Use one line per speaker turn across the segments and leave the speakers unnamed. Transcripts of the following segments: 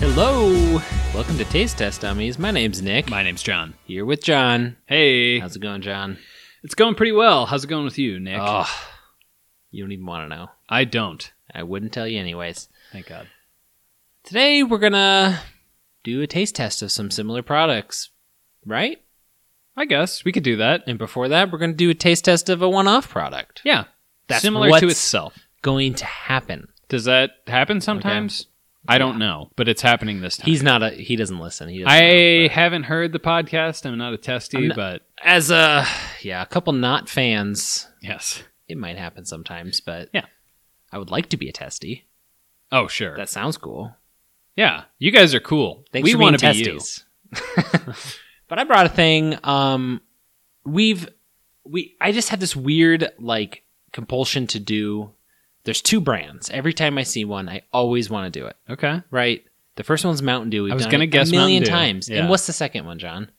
Hello, welcome to Taste Test Dummies. My name's Nick.
My name's John.
Here with John.
Hey,
How's it going, John?
it's going pretty well. How's it going with you, Nick?
Oh, you don't even want to know.
I don't.
I wouldn't tell you anyways.
Thank God.
Today we're gonna do a taste test of some similar products, right?
I guess we could do that.
And before that, we're gonna do a taste test of a one-off product.
Yeah,
That's
similar to
what's-
itself.
Going to happen.
Does that happen sometimes? I don't know, but it's happening this time.
He's not a. He doesn't listen. He doesn't know,
I
but-
haven't heard the podcast. I'm not a testy,
I'm not-
but
as a yeah, a couple not fans.
yes.
It might happen sometimes, but
Yeah.
I would like to be a testy.
Oh sure.
That sounds cool.
yeah, you guys are cool.
Thanks
we
for
wanna
being
be you.
testes. but I brought a thing. Um, we've we I just had this weird like compulsion to do. There's two brands. Every time I see one, I always want to do it.
Okay.
Right. The first one's Mountain Dew. We've
I was
done
gonna
it
guess
a million
Mountain Dew.
times.
Yeah.
And what's the second one, John?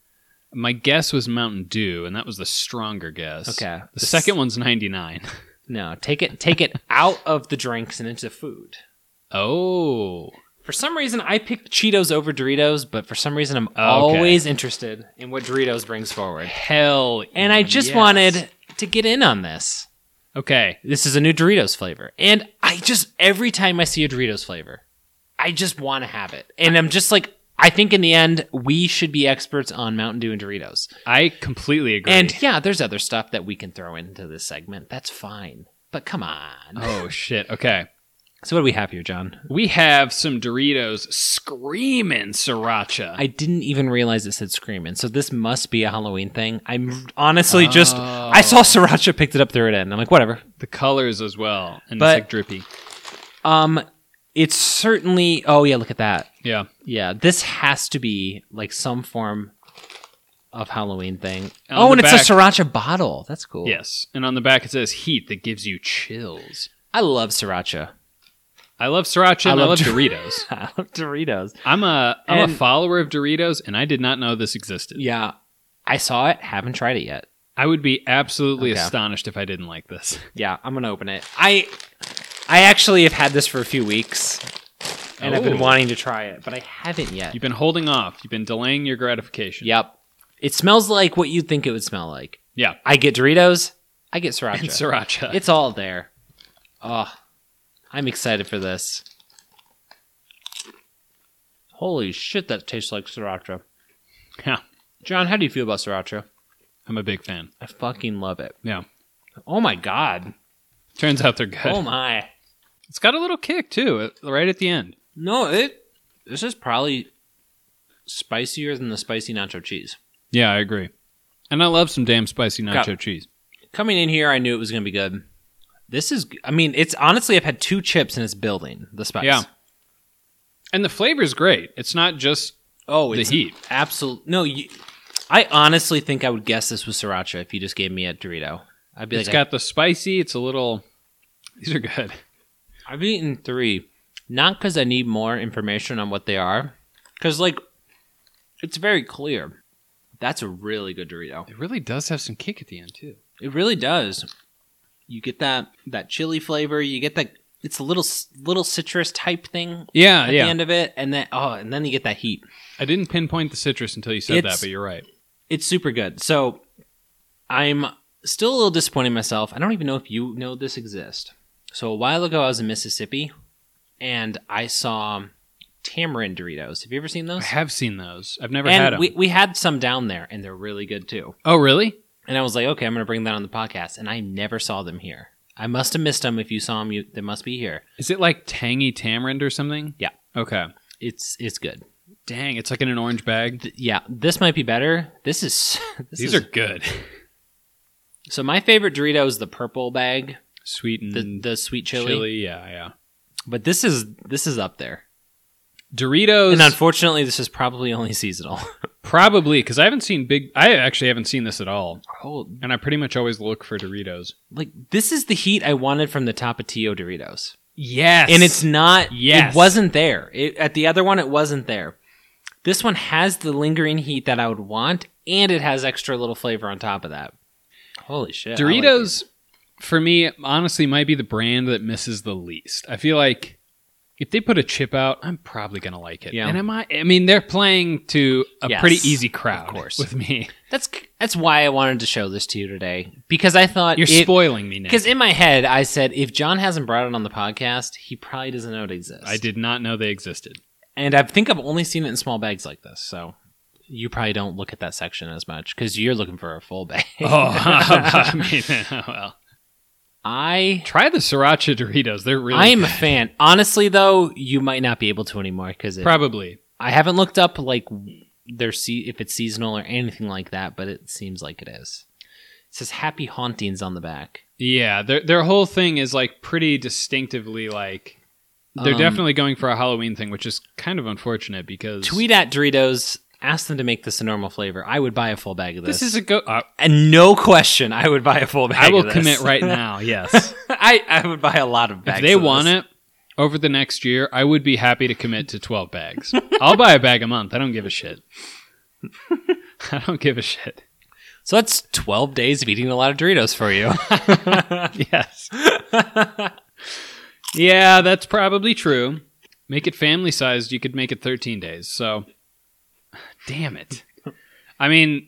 My guess was Mountain Dew, and that was the stronger guess.
Okay.
The second one's 99.
No, take it take it out of the drinks and into food.
Oh.
For some reason, I picked Cheetos over Doritos, but for some reason, I'm always interested in what Doritos brings forward.
Hell.
And I just
yes.
wanted to get in on this.
Okay.
This is a new Doritos flavor. And I just, every time I see a Doritos flavor, I just want to have it. And I'm just like, I think in the end, we should be experts on Mountain Dew and Doritos.
I completely agree.
And yeah, there's other stuff that we can throw into this segment. That's fine. But come on.
oh shit. Okay.
So, what do we have here, John?
We have some Doritos screaming sriracha.
I didn't even realize it said screaming. So this must be a Halloween thing. I'm honestly just I
Oh.
saw Sriracha picked it up, threw it in. I'm like, whatever.
the colors as well, and
But-
it's like drippy.
Um it's certainly oh yeah, look at that.
Yeah.
Yeah. This has to be like some form of Halloween thing.
On
oh,
the
and
back-
it's a Sriracha bottle. That's cool.
Yes. And on the back it says heat that gives you chills.
I love Sriracha.
I love sriracha. and I
love
love
Dor-
Doritos.
I love Doritos.
I'm a I'm a
And-
follower of Doritos, and I did not know this existed.
Yeah. I saw it, haven't tried it yet.
I would be absolutely
Okay.
astonished if I didn't like this.
Yeah, I'm gonna open it. I I actually have had this for a few weeks. And I've been
Oh.
wanting to try it, but I haven't yet.
You've been holding off. You've been delaying your gratification.
Yep. It smells like what you'd think it would smell like.
Yeah.
I get Doritos, I get sriracha.
And sriracha.
it's all there. Oh, I'm excited for this. Holy shit, that tastes like sriracha.
yeah.
John, how do you feel about sriracha?
I'm a big fan.
I fucking love it.
Yeah.
Oh my god.
Turns out they're good.
Oh my.
It's got a little kick too, uh, right at the end.
No, it. This is probably spicier than the spicy nacho cheese.
Yeah, I agree. And I love some damn spicy nacho
Got-
cheese.
coming in here, I knew it was going to be good. This is, I mean, it's honestly, I've had two chips and it's building the spice.
Yeah. And the flavor's great. It's not just
Oh,
the
it's
heat.
absolute. No, you, I honestly think I would guess this was sriracha if you just gave me a Dorito. I'd be
It's
like,
got the spicy. It's a little. These are good.
I, I've eaten three, not because I need more information on what they are, because like, it's very clear. That's a really good Dorito.
It really does have some kick at the end too.
It really does. You get that that chili flavor. You get that. It's a little s- little citrus type thing
Yeah,
at
Uh, yeah.
the end of it, and then oh, and then you get that heat.
I didn't pinpoint the citrus until you said
It's-
that, but you're right.
It's super good. So I'm still a little disappointed in myself. I don't even know if you know this exists. So a while ago, I was in Mississippi, and I saw tamarind Doritos. Have you ever seen
I
those?
have seen those. I've never
and
had them.
we we had some down there, and they're really good too.
oh, really?
And I was like, okay, I'm going to bring that on the podcast. And I never saw them here. I must have missed them. If you saw them, you, they must be here.
Is it like tangy tamarind or something?
Yeah.
Okay.
It's it's good.
Dang, it's like in an orange bag.
Th- yeah, this might be better. This is this
These
is,
are good.
so my favorite Dorito is the purple bag,
Sweet and
the the sweet Mm, chili.
chili. Yeah, yeah.
But this is this is up there.
Doritos.
And unfortunately, this is probably only seasonal.
Probably because I haven't seen big. I actually haven't seen this at all,
oh,
and I pretty much always look for Doritos.
like this is the heat I wanted from the Tapatio Doritos.
Yes,
and it's not
Yes.
it wasn't there it, at the other one it wasn't there this one has the lingering heat that i would want and it has extra little flavor on top of that holy shit I like
Doritos. for me, honestly, might be the brand that misses the least. I feel like If they put a chip out, I'm probably gonna like it.
Yeah.
And am I? I mean, they're playing to a
Yes,
pretty easy crowd,
of course.
With me,
That's that's why I wanted to show this to you today because I thought
you're spoiling me, Nick.
Because in my head, I said if John hasn't brought it on the podcast, he probably doesn't know it exists.
I did not know they existed.
and I think I've only seen it in small bags like this. So you probably don't look at that section as much because you're looking for a full bag.
Oh, I
Oh.
mean, well,
I
try the sriracha Doritos. They're really.
I am a fan. Honestly, though, you might not be able to anymore because
probably.
I haven't looked up like their se- if it's seasonal or anything like that, but it seems like it is. It says "Happy Hauntings" on the back.
Yeah, their their whole thing is like pretty distinctively like. They're
Um,
definitely going for a Halloween thing, which is kind of unfortunate because
Tweet at Doritos. Ask them to make this a normal flavor. I would buy a full bag of this.
this is a go. uh,
And no question, I would buy a full bag.
I will
of this.
commit right now. Yes,
I I would buy a lot of bags.
if they
of
want
this.
it over the next year, I would be happy to commit to twelve bags. I'll buy a bag a month. I don't give a shit. I don't give a shit.
so that's twelve days of eating a lot of Doritos for you.
Yes. yeah, that's probably true. Make it family sized. You could make it thirteen days. So, damn it. I mean,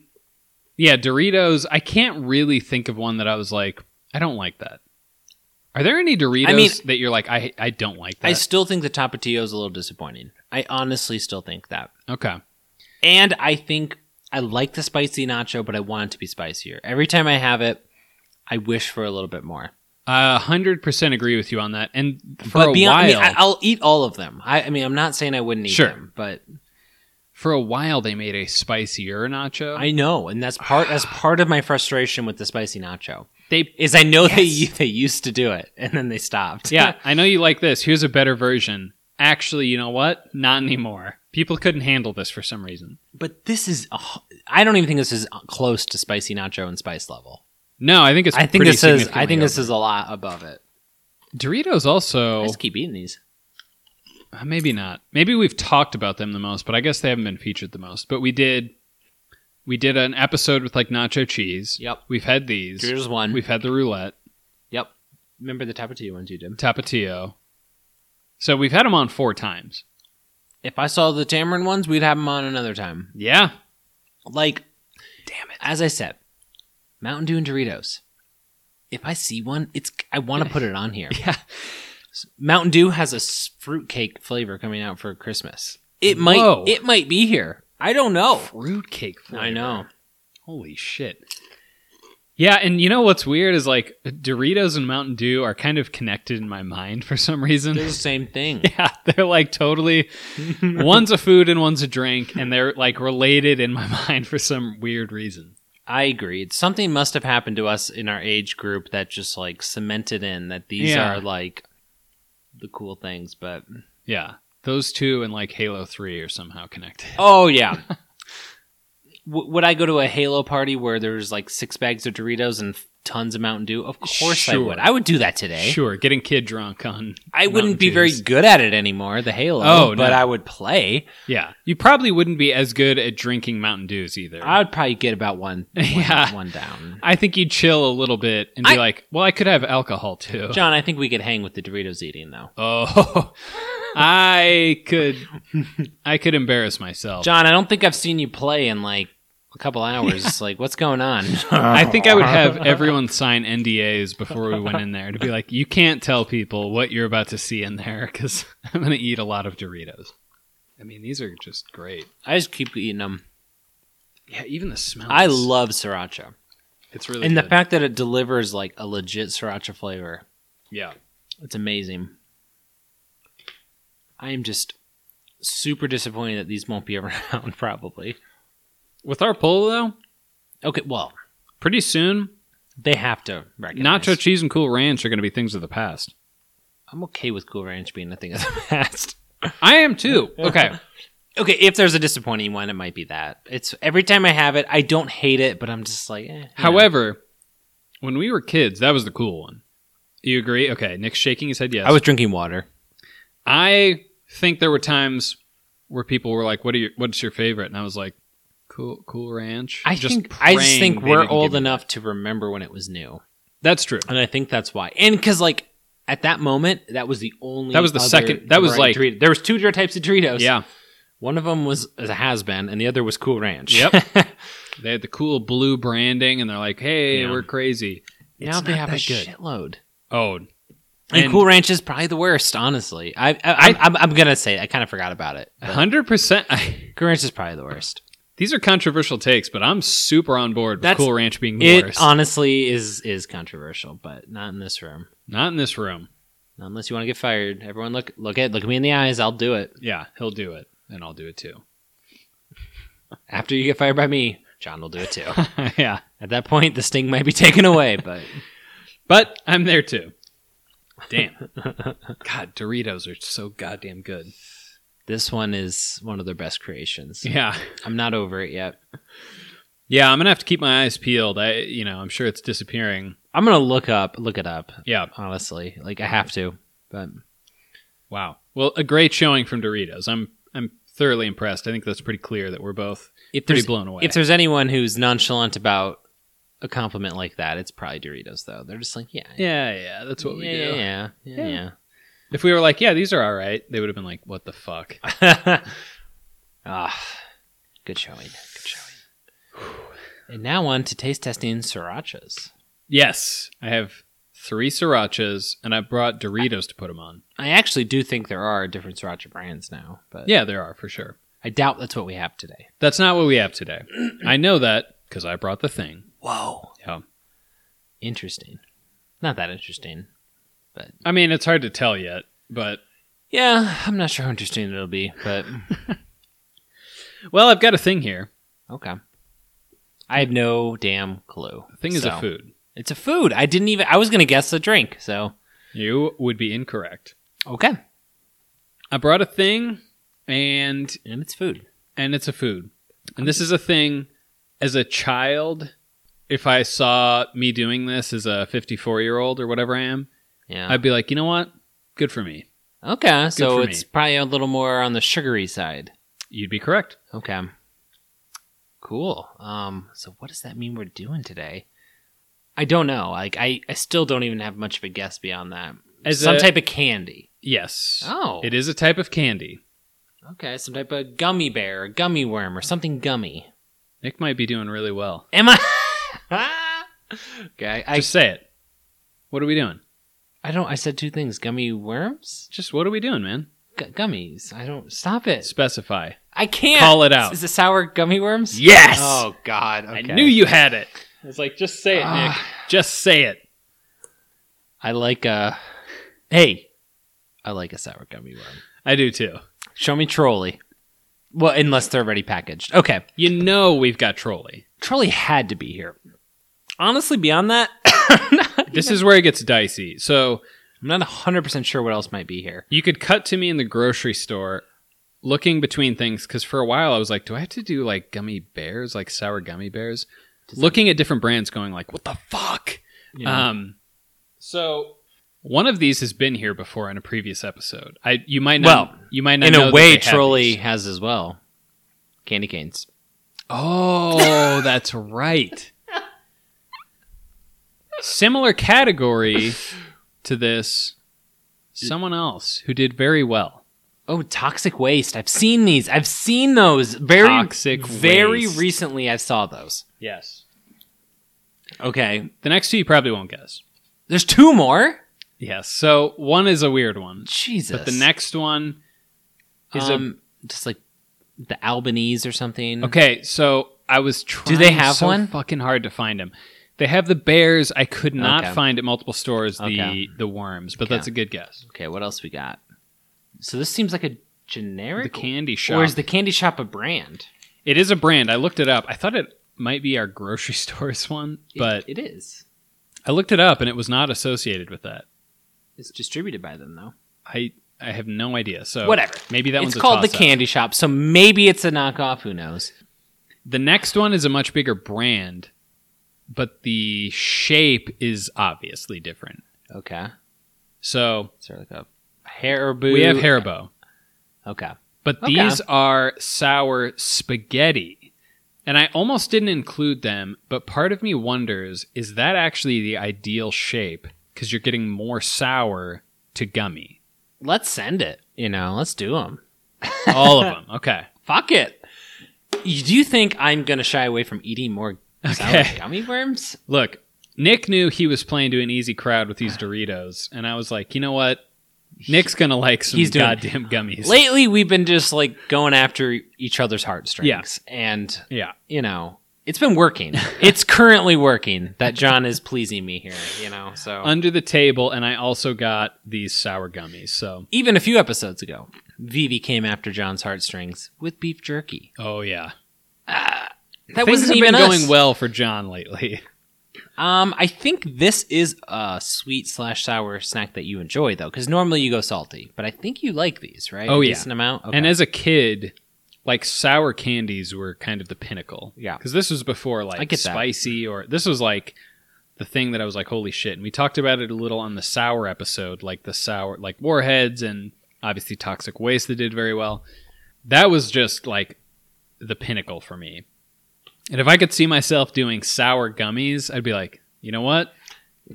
yeah, Doritos. I can't really think of one that I was like, I don't like that. Are there any Doritos
mean-
that you're like, I I don't like that?
I still think the Tapatio is a little disappointing. I honestly still think that,
Okay.
and I think I like the spicy nacho, but I want it to be spicier. Every time I have it, I wish for a little bit more.
A Uh, hundred percent agree with you on that. And for
but
a
beyond,
while,
I mean, I, I'll eat all of them. I, I mean, I'm not saying I wouldn't eat
Sure.
them, but
for a while they made a spicier nacho.
I know, and that's part that's part of my frustration with the spicy nacho.
they,
is I know they
Yes.
they used to do it and then they stopped.
yeah, I know you like this. Here's a better version. Actually, you know what? Not anymore. People couldn't handle this for some reason.
but this is oh, I don't even think this is close to spicy nacho and spice level.
No, I think it's.
I think
pretty
this is I
significantly
think this
over.
is a lot above it.
Doritos. Also,
I just keep eating these.
Uh, maybe not. Maybe we've talked about them the most, but I guess they haven't been featured the most. But we did. We did an episode with like nacho cheese.
Yep.
We've had these.
Here's one.
We've had the roulette.
yep. Remember the tapatio ones you did.
Tapatio. So we've had them on four times.
If I saw the tamarind ones, we'd have them on another time.
Yeah.
Like
Damn it.
as I said, Mountain Dew and Doritos. If I see one, it's I want to put it on here.
Yeah.
Mountain Dew has a s- fruitcake flavor coming out for Christmas. It might
Whoa.
it might be here. I don't know.
Fruitcake flavor.
I know.
Holy shit. Yeah, and you know what's weird is like Doritos and Mountain Dew are kind of connected in my mind for some reason.
They're the same thing.
yeah, they're like totally one's a food and one's a drink, and they're like related in my mind for some weird reason.
I agree. It's- Something must have happened to us in our age group that just like cemented in that these
Yeah.
are like the cool things. But
Yeah. Those two and like Halo 3 are somehow connected.
oh yeah, w- would I go to a Halo party where there's like six bags of Doritos and f- tons of Mountain Dew? Of course I
Sure.
would. I would do that today.
Sure, getting kid drunk on
I wouldn't
Mountain
be very
Dews.
good at it anymore, the Halo.
Oh,
but
no.
I would play.
Yeah. You probably wouldn't be as good at drinking Mountain Dews either.
I would probably get about one, one,
Yeah.
one down.
I think you'd chill a little bit and be
I-
like, well, I could have alcohol too.
John, I think we could hang with the Doritos eating though.
Oh, I could, I could embarrass myself.
John, I don't think I've seen you play in like a couple hours. Like, what's going on?
I think I would have everyone sign NDAs before we went in there to be like, you can't tell people what you're about to see in there because I'm going to eat a lot of Doritos. I mean, these are just great.
I just keep eating them.
Yeah, even the smell.
I
is-
love sriracha,
It's really
and the
good.
fact that it delivers like a legit sriracha flavor,
yeah.
it's amazing. I am just super disappointed that these won't be around. Probably.
With our poll though,
Okay, well,
pretty soon,
they have to recognize.
nacho cheese and cool ranch are going to be things of the past.
I'm okay with Cool Ranch being a thing of the past.
I am too. Okay.
Okay, if there's a disappointing one, it might be that. It's every time I have it, I don't hate it, but I'm just like. eh, you know.
However, when we were kids, that was the cool one. You agree? Okay. Nick's shaking his head yes.
I was drinking water.
I think there were times where people were like, "What are your What's your favorite?" And I was like, "Cool, Cool Ranch."
I
Just
think I just
praying
think
they
we're
didn't give
old
me-
enough to remember when it was new,
That's true.
and I think that's why. And because like at that moment, that was the only.
That was the
other
second- that was
variety
like-
Dorito. there was two different types of Doritos.
Yeah.
one of them was a has been, and the other was Cool Ranch.
Yep. They had the cool blue branding and they're like, hey,
Yeah.
we're crazy.
now
It's
they
not
have a
that good.
shitload.
Oh,
And,
And-
Cool Ranch is probably the worst, honestly. I, I, I I'm, I'm gonna say it. I kind of forgot about it. but
100%.
Cool Ranch is probably the worst.
these are controversial takes, but I'm super on board with
That's-
Cool Ranch being the
It
worst.
honestly is is controversial, but not in this room.
Not in this room.
Not unless you want to get fired. Everyone, look look at look me in the eyes. I'll do it
Yeah, he'll do it, and I'll do it too.
after you get fired by me. John will do it too.
yeah,
at that point, the sting might be taken away, but
but I'm there too. Damn. God, Doritos are so goddamn good.
this one is one of their best creations.
Yeah.
I'm not over it yet.
Yeah, I'm gonna have to keep my eyes peeled. I, you know, I'm sure it's disappearing.
I'm gonna look up look it up.
Yeah.
Honestly, like I have to, but
Wow. Well, a great showing from Doritos. I'm, I'm thoroughly impressed. I think that's pretty clear that we're both
if
pretty
there's
blown away.
if there's anyone who's nonchalant about a compliment like that, it's probably Doritos though. They're just like, yeah,
yeah, yeah, that's what we
yeah,
do.
yeah, yeah, yeah.
If we were like, yeah, these are all right, they would have been like, what the fuck?
Ah, good showing. Good showing. And now on to taste testing srirachas.
Yes, I have three srirachas, and I brought Doritos to put them on.
I actually do think there are different sriracha brands now, but
Yeah, there are for sure.
I doubt that's what we have today.
That's not what we have today. I know that because I brought the thing.
Whoa.
Yeah.
Interesting. Not that interesting.
I mean, it's hard to tell yet, but
Yeah, I'm not sure how interesting it'll be, but
well, I've got a thing here.
okay. I have no damn clue.
The thing is
So-
a food.
It's a food. I didn't even. I was gonna guess a drink. So
You would be incorrect.
okay,
I brought a thing, and
and it's food.
and it's a food. And this is a thing. As a child, if I saw me doing this as a 54 year old or whatever I am,
Yeah.
I'd be like, you know what? Good for me.
okay. So
for
it's
me.
probably a little more on the sugary side.
You'd be correct.
Okay. Cool. Um. So what does that mean we're doing today? I don't know. Like I, I still don't even have much of a guess beyond that.
As
some
a-
type of candy.
Yes.
Oh.
It is a type of candy.
Okay. Some type of gummy bear, or gummy worm, or something gummy.
Nick might be doing really well.
Am I? okay. I,
Just say it. What are we doing?
I don't. I said two things: gummy worms,
Just what are we doing, man?
Gu gummies. I don't. Stop it.
Specify.
I can't
Call it out.
Is it sour gummy worms?
Yes.
Oh God. Okay.
I knew you had it. I was like, just say it, Nick.
Ah.
Just say it.
I like uh Hey, I like a sour gummy worm.
I do too.
Show me trolley. Well, unless they're already packaged. Okay.
You know we've got trolley.
Trolley had to be here. Honestly, beyond that,
This is where it gets dicey. So
I'm not 100% sure what else might be here.
you could cut to me in the grocery store looking between things because for a while I was like, do I have to do like gummy bears, like sour gummy bears? looking at different brands going like, what the fuck?
Uh,
Um, so one of these has been here before in a previous episode. I you might not
Well,
you might not
in
know
a
that
way,
they have
trolley
these.
has as well. Candy canes.
Oh, that's right. Similar category to this, someone else who did very well.
Oh, toxic waste. I've seen these. I've seen those very
Toxic
very
waste.
recently I saw those.
Yes.
Okay.
The next two you probably won't guess.
There's two more?
Yes. So one is a weird one,
Jesus.
but the next one is
um, just like the Albanese or something.
a okay. So I was trying.
they have
so
one?
Fucking hard to find them. They have the bears. I could not
Okay.
find at multiple stores the
Okay.
the worms, but
Okay.
that's a good guess.
Okay, what else we got? So this seems like a
The
generic
candy shop.
or is the candy shop a brand?
It is a brand. I looked it up. I thought it might be our grocery store's one,
It-
but
it is.
I looked it up and it was not associated with that.
It's distributed by them though.
I I have no idea. So
Whatever.
Maybe that
it's
one's a
called the
toss-up.
candy shop, so maybe it's a knockoff. Who knows?
The next one is a much bigger brand, but the shape is obviously different.
Okay,
So
so like a Haribo.
we have Haribo,
Okay,
but
Okay.
these are sour spaghetti. And I almost didn't include them, but part of me wonders is that actually the ideal shape because you're getting more sour to gummy.
Let's send it. You know, let's do them.
All of them. Okay.
Fuck it. You- Do you think I'm gonna shy away from eating more sour
Okay.
gummy worms?
Look, Nick knew he was playing to an easy crowd with these Doritos, and I was like, you know what? Nick's gonna like some
He's doing-
goddamn gummies.
Lately, we've been just like going after each other's heartstrings, and
Yeah.
you know, it's been working. it's currently working. That John is pleasing me here. You know, so
Under the table, and I also got these sour gummies. So,
even a few episodes ago, Vivi came after John's heartstrings with beef jerky.
oh yeah,
That
things
wasn't
have
even
been
us.
going well for John lately.
Um, I think this is a sweet slash sour snack that you enjoy though, because normally you go salty, but I think you like these, right?
Oh,
a
yeah.
decent amount.
And as a kid, like sour candies were kind of the pinnacle.
Yeah.
Because this was before like
I get that.
spicy or this was like the thing that I was like, holy shit. And we talked about it a little on the sour episode, like the sour, like warheads and obviously toxic waste that did very well. That was just like the pinnacle for me. And if I could see myself doing sour gummies, I'd be like, you know what?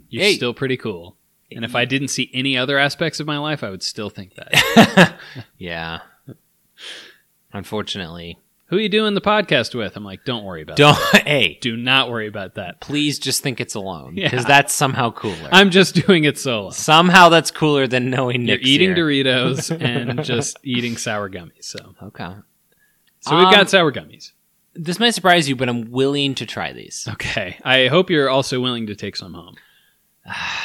You're
Hey.
still pretty cool. And if I didn't see any other aspects of my life, I would still think that.
yeah, unfortunately,
who are you doing the podcast with? I'm like, don't worry about it.
don't. Hey,
Do not worry about that.
please just think it's alone
Yeah.
because that's somehow cooler.
I'm just doing it solo.
somehow that's cooler than knowing
You're
Nick's
eating
here.
Doritos and just eating sour gummies. So,
Okay,
so we've
Um,
got sour gummies.
this might surprise you, but I'm willing to try these.
Okay. I hope you're also willing to take some home.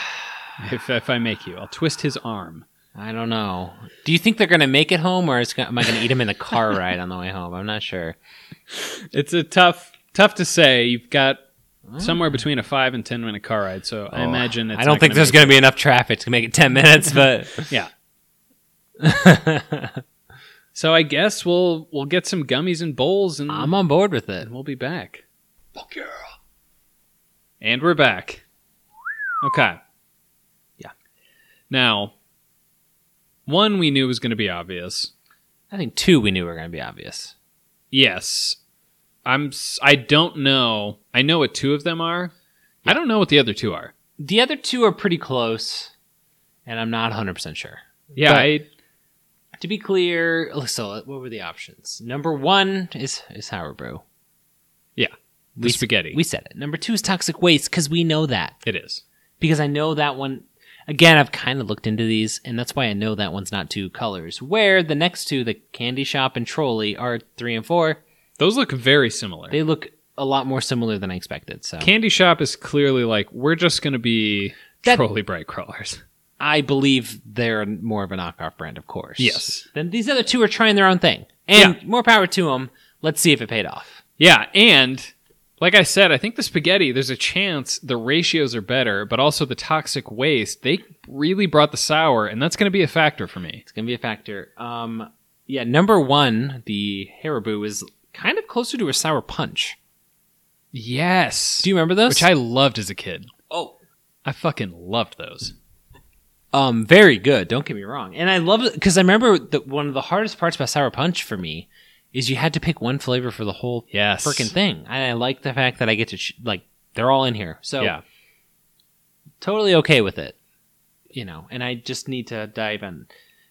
if, if I make you, I'll twist his arm.
I don't know. Do you think they're gonna make it home, or is, am I gonna eat them in the car ride on the way home? I'm not sure.
It's a tough, tough to say. You've got somewhere between a five and ten minute car ride. So I
Oh,
imagine it's
I don't
not
think
gonna
there's
make
going to be enough traffic to make it 10 minutes, but
it. yeah. So I guess we'll we'll get some gummies and bowls and
I'm on board with it.
and we'll be back. And we're back. Okay.
Yeah.
Now, one we knew was going to be obvious.
I think two we knew were going to be obvious.
Yes. I'm s- I don't know. I know what two of them are. I don't know what the other two are.
The other two are pretty close, and I'm not 100% sure.
Yeah,
But-
I
To be clear, so what were the options? Number one is, is Sour Brew.
Yeah.
We,
the spaghetti.
we said it. Number two is Toxic Waste because we know that.
it is.
Because I know that one. Again, I've kind of looked into these, and that's why I know that one's not two colors. Where the next two, the Candy Shop and Trolley, are three and four.
Those look very similar.
They look a lot more similar than I expected. So
Candy Shop is clearly like we're just going to be
That-
trolley bright crawlers.
I believe they're more of a knockoff brand, of course.
Yes.
Then these other two are trying their own thing, and more power to them. Let's see if it paid off.
Yeah, and like I said, I think the spaghetti, there's a chance the ratios are better, but also the toxic waste, they really brought the sour, and that's going to be a factor for me.
It's gonna be a factor. Um, yeah, number one, the Haribo is kind of closer to a sour punch.
Yes.
Do you remember those?
which I loved as a kid.
oh,
I fucking loved those.
um, very good. Don't get me wrong. And I love it because I remember that one of the hardest parts about sour punch for me is you had to pick one flavor for the whole
Yes.
freaking thing. And I like the fact that I get to ch- like they're all in here. So
Yeah.
totally okay with it. You know, and I just need to dive in.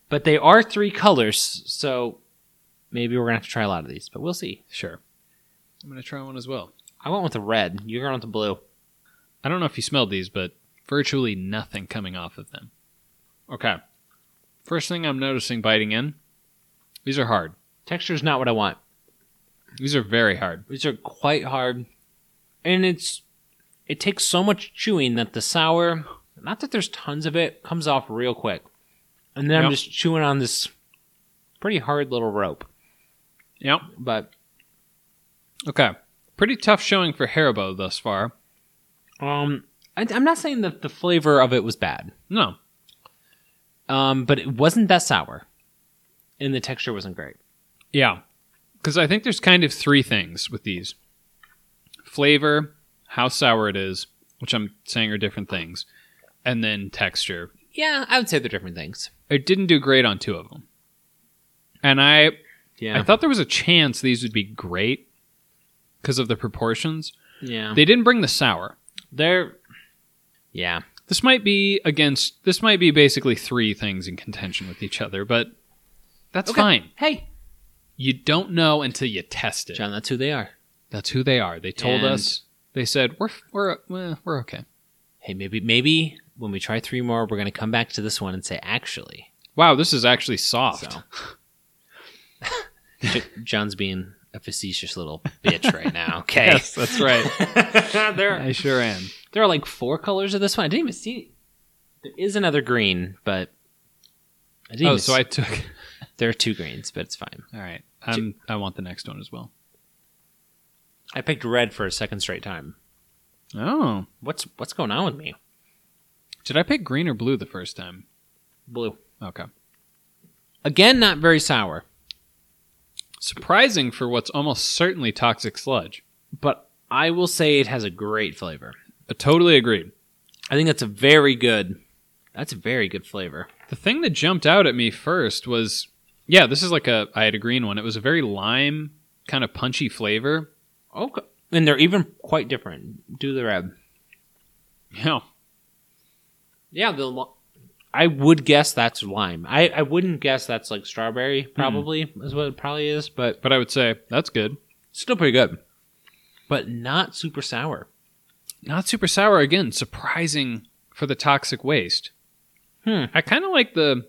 But they are three colors, so maybe we're gonna have to try a lot of these, but we'll see.
Sure. I'm going to try one as well.
I went with the red. You're going with the blue.
I don't know if you smelled these, but virtually nothing coming off of them. Okay. First thing I'm noticing biting in, these are hard.
Texture's not what I want.
These are very hard.
These are quite hard, and it's it takes so much chewing that the sour, not that there's tons of it, comes off real quick. And then I'm
Yep.
just chewing on this pretty hard little rope.
Yep.
But
Okay. Pretty tough showing for Haribo thus far.
Um, I, I'm not saying that the flavor of it was bad,
No.
um, but it wasn't that sour, and the texture wasn't great.
Yeah. Because I think there's kind of three things with these flavor, how sour it is, which I'm saying are different things, and then texture.
Yeah, I would say they're different things.
I didn't do great on two of them. And I,
Yeah,
I thought there was a chance these would be great because of the proportions.
yeah,
They didn't bring the sour.
they're yeah.
This might be against. This might be basically three things in contention with each other, but that's
Okay.
fine.
Hey,
You don't know until you test it.
John, that's who they are.
That's who they are. They told
And-
us. They said we're we're well, we're okay.
Hey, maybe maybe when we try three more, we're gonna come back to this one and say actually.
Wow, this is actually soft.
So J- John's being a facetious little bitch right now. Okay.
Yes, that's right.
there, are,
I sure am. Oh,
there are like four colors of this one. I didn't even see. There is another green, but I didn't.
Oh,
even
so
s-
I took.
there are two greens, but it's fine.
All right, I'm, I want the next one as well.
I picked red for a second straight time.
Oh,
What's what's going on with me?
did I pick green or blue the first time?
Blue
Okay,
again, not very sour.
surprising for what's almost certainly toxic sludge.
but I will say it has a great flavor.
I totally agreed.
I think that's a very good. That's a very good flavor.
The thing that jumped out at me first was, yeah, this is like a. I had a green one. It was a very lime kind of punchy flavor.
Okay, and they're even quite different. Do the red.
Yeah,
Yeah, the. li- I would guess that's lime. I, I wouldn't guess that's like strawberry. Probably is what it probably is, but
but I would say that's good.
still pretty good. But not super sour.
Not super sour again. Surprising for the toxic waste.
Hmm.
I kind of like the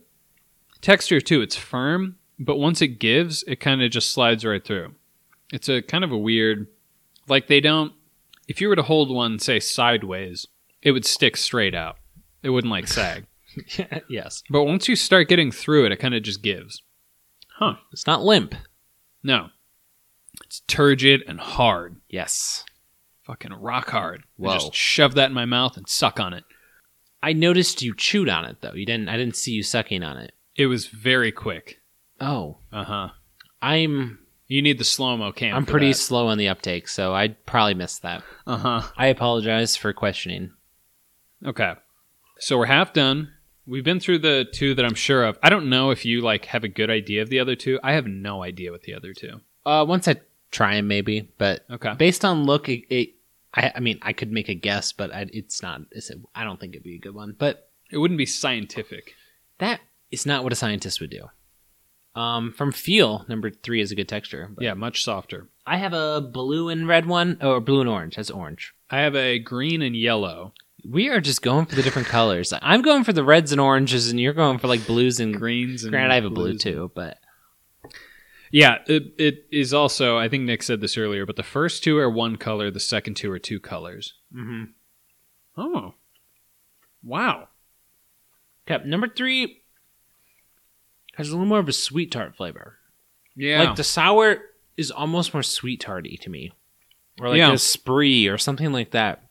texture too. It's firm, but once it gives, it kind of just slides right through. It's a kind of a weird, like they don't. If you were to hold one, say sideways, it would stick straight out. It wouldn't like sag.
yes,
But once you start getting through it, it kind of just gives.
it's not limp.
No. It's turgid and hard.
Yes,
Fucking rock hard.
Whoa.
I just shove that in my mouth and suck on it.
I noticed you chewed on it though. You didn't. I didn't see you sucking on it.
It was very quick.
Oh,
Uh huh.
I'm
You need the slow mo cam.
I'm pretty uh-huh. slow on the uptake, so I probably missed that.
Uh huh.
I apologize for questioning.
Okay. So we're half done. We've been through the two that I'm sure of. I don't know if you like have a good idea of the other two. I have no idea what the other two.
Uh, once I try him, maybe, but
Okay.
based on look, it, it I, I mean, I could make a guess, but I, it's not. It's a, I don't think it'd be a good one. But
It wouldn't be scientific.
that is not what a scientist would do. Um, from feel, number three is a good texture. But
Yeah, much softer.
I have a blue and red one, or blue and orange. That's orange.
I have a green and yellow.
We are just going for the different colors. I'm going for the reds and oranges, and you're going for like blues and green.
Greens and
Granted, I have a blue
blues.
too, but
Yeah, it, it is also. I think Nick said this earlier, but the first two are one color, the second two are two colors.
mm-hmm.
Oh, wow.
Okay, number three has a little more of a sweet tart flavor.
Yeah,
Like the sour is almost more sweet tarty to me, or like
Yeah.
a spree or something like that.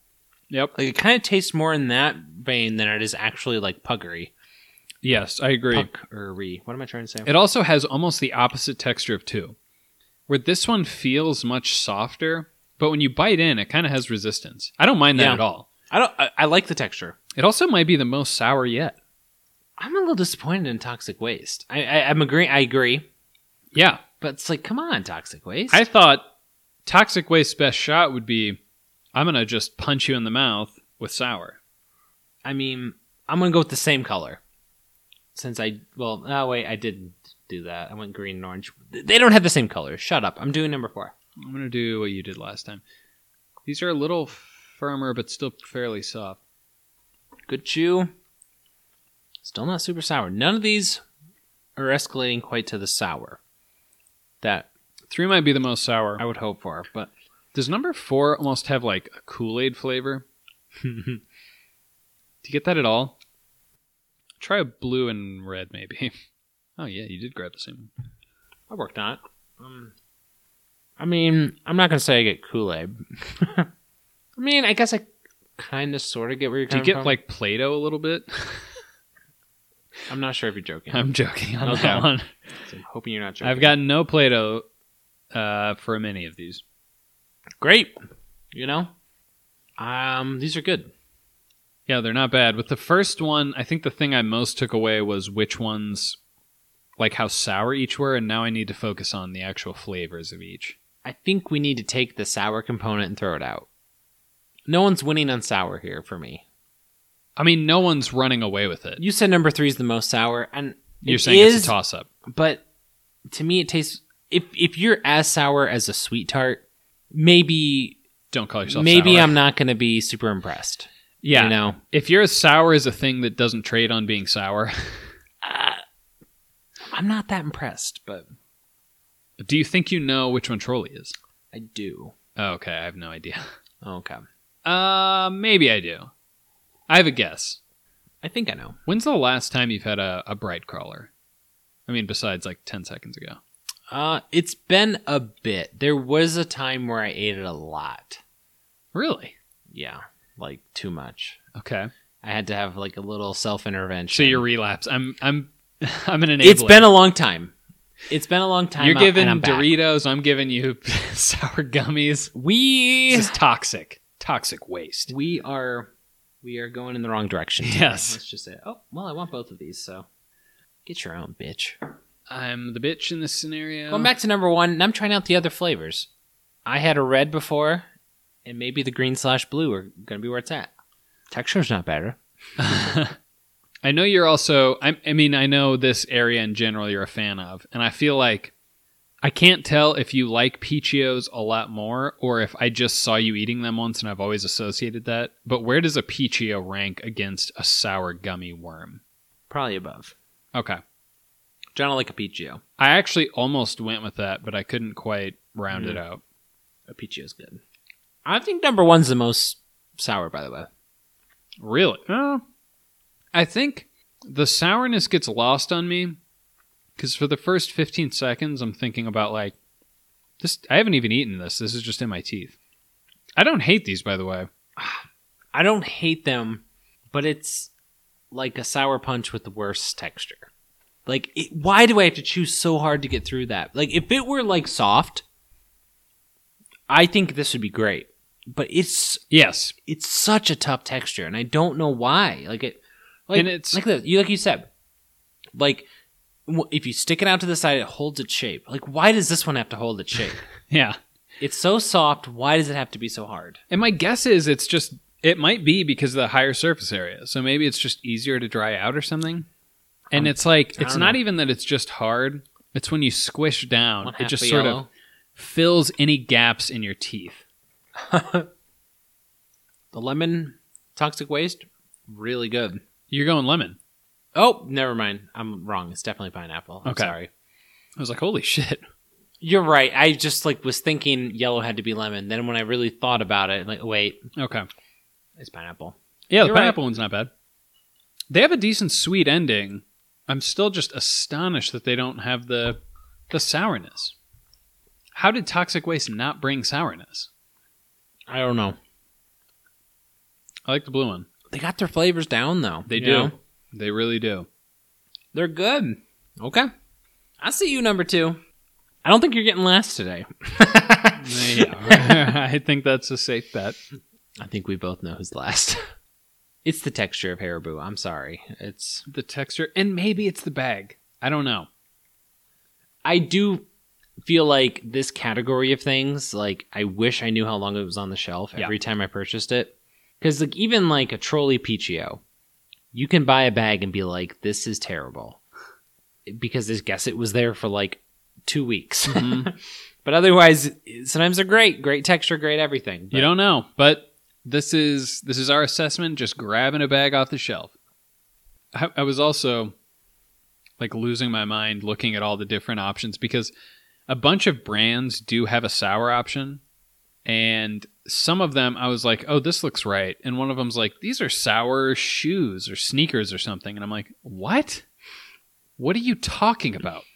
Yep.
Like it kind of tastes more in that vein than it is actually like puggery.
yes, I agree.
Puggery. What am I trying to say?
It also has almost the opposite texture of two, where this one feels much softer, but when you bite in, it kind of has resistance. I don't mind that
Yeah.
at all.
I don't. I, I like the texture.
It also might be the most sour yet.
I'm a little disappointed in toxic waste. I, I I'm agree. I agree,
Yeah,
but it's like, come on, toxic waste.
I thought toxic waste's best shot would be, I'm gonna just punch you in the mouth with sour.
I mean, I'm gonna go with the same color. Since I well, oh wait, I didn't do that. I went green and orange. They don't have the same color. Shut up. I'm doing number four.
I'm gonna do what you did last time. These are a little firmer, but still fairly soft.
Good chew. Still not super sour. None of these are escalating quite to the sour that
Three might be the most sour.
I would hope for. But
Does number four almost have like a Kool Aid flavor? Do you get that at all? Try a blue and red, maybe. Oh yeah, you did grab the same. one.
I worked on it. Um, I mean, I'm not gonna say I get Kool Aid. I mean, I guess I kind of sort of get where you're
Do you
coming
get
from.
like Play-Doh a little bit?
I'm not sure if you're joking. I'm
I'm joking on
Okay.
that one.
hoping you're not joking.
I've gotten no Play-Doh uh, for many of these.
great. You know, um, these are good.
Yeah, they're not bad. With the first one, I think the thing I most took away was which ones, like how sour each were, and now I need to focus on the actual flavors of each.
I think we need to take the sour component and throw it out. No one's winning on sour here for me.
I mean, no one's running away with it.
You said number three is the most sour, and
You're
it
saying it's
is,
a toss up.
But to me, it tastes. If if you're as sour as a sweet tart, maybe
Don't call yourself.
maybe
sour.
I'm not going to be super impressed.
Yeah.
you know,
If you're as sour as a thing that doesn't trade on being sour,
uh, I'm not that impressed, but
do you think you know which one Trolley is?
I do.
Oh, okay, I have no idea.
Okay,
Uh, maybe I do. I have a guess.
I think I know.
When's the last time you've had a, a bright crawler? I mean, besides like 10 seconds ago.
Uh, it's been a bit. There was a time where I ate it a lot.
Really?
Yeah, like too much.
Okay.
I had to have like a little self intervention.
So your relapse. I'm I'm I'm an enabler.
It's been a long time. It's been a long time.
You're
out, and
giving
I'm back.
Doritos, I'm giving you sour gummies.
We
This is toxic. Toxic waste.
we are we are going in the wrong direction. today.
Yes.
Let's just say, oh well, I want both of these, so get your own, bitch.
I'm the bitch in this scenario.
Going back to number one, and I'm trying out the other flavors. I had a red before, and maybe the green slash blue are gonna be where it's at. Texture's not better.
I know you're also. I, I mean, I know this area in general you're a fan of, and I feel like I can't tell if you like Peachios a lot more, or if I just saw you eating them once and I've always associated that. But where does a Peachio rank against a sour gummy worm?
Probably above.
Okay,
John will like a Pichio.
I actually almost went with that, but I couldn't quite round it out.
A Pichio's good. I think number one's the most sour, by the way.
Really? Well, I think the sourness gets lost on me because for the first 15 seconds, I'm thinking about like, this. I haven't even eaten this. This is just in my teeth. I don't hate these, by the way.
I don't hate them, but it's like a sour punch with the worst texture. Like, it, why do I have to choose so hard to get through that? Like, if it were like soft, I think this would be great. But it's
Yes.
it's such a tough texture, and I don't know why. Like it, like
And it's-
like the, you like you said, like w- if you stick it out to the side, it holds its shape. Like, why does this one have to hold its shape?
Yeah.
it's so soft. Why does it have to be so hard?
And my guess is it's just, it might be because of the higher surface area. So maybe it's just easier to dry out or something. And
Um,
it's like,
I
it's
don't
not
know.
even that it's just hard. It's when you squish down,
One
it
half
just
a
sort of
yellow.
fills any gaps in your teeth.
The lemon toxic waste, really good.
You're going lemon.
Oh, never mind. I'm wrong. It's definitely pineapple. I'm
Okay.
sorry.
I was like, holy shit.
You're right. I just like was thinking yellow had to be lemon. Then when I really thought about it, like wait,
Okay.
it's pineapple.
Yeah, the
You're right.
pineapple one's not bad. They have a decent sweet ending. I'm still just astonished that they don't have the the sourness. How did toxic waste not bring sourness?
I don't know.
I like the blue one.
They got their flavors down though.
They
you
do.
know?
They really do.
They're good. Okay. I see you number two. I don't think you're getting last today.
Yeah. I think that's a safe bet.
I think we both know who's last. it's the texture of Haribo. I'm sorry. It's
The texture and maybe it's the bag. I don't know.
I do feel like this category of things, like I wish I knew how long it was on the shelf
Yeah.
every time I purchased it. Because like even like a trolley Pichio, you can buy a bag and be like, this is terrible. Because I guess it was there for like two weeks.
Mm-hmm.
but otherwise sometimes they're great. Great texture, great everything. But
You don't know, but this is this is our assessment. Just grabbing a bag off the shelf. I, I was also like losing my mind looking at all the different options because a bunch of brands do have a sour option, and some of them I was like, "Oh, this looks right," and one of them's like, "These are sour shoes or sneakers or something," and I'm like, "What? What are you talking about?"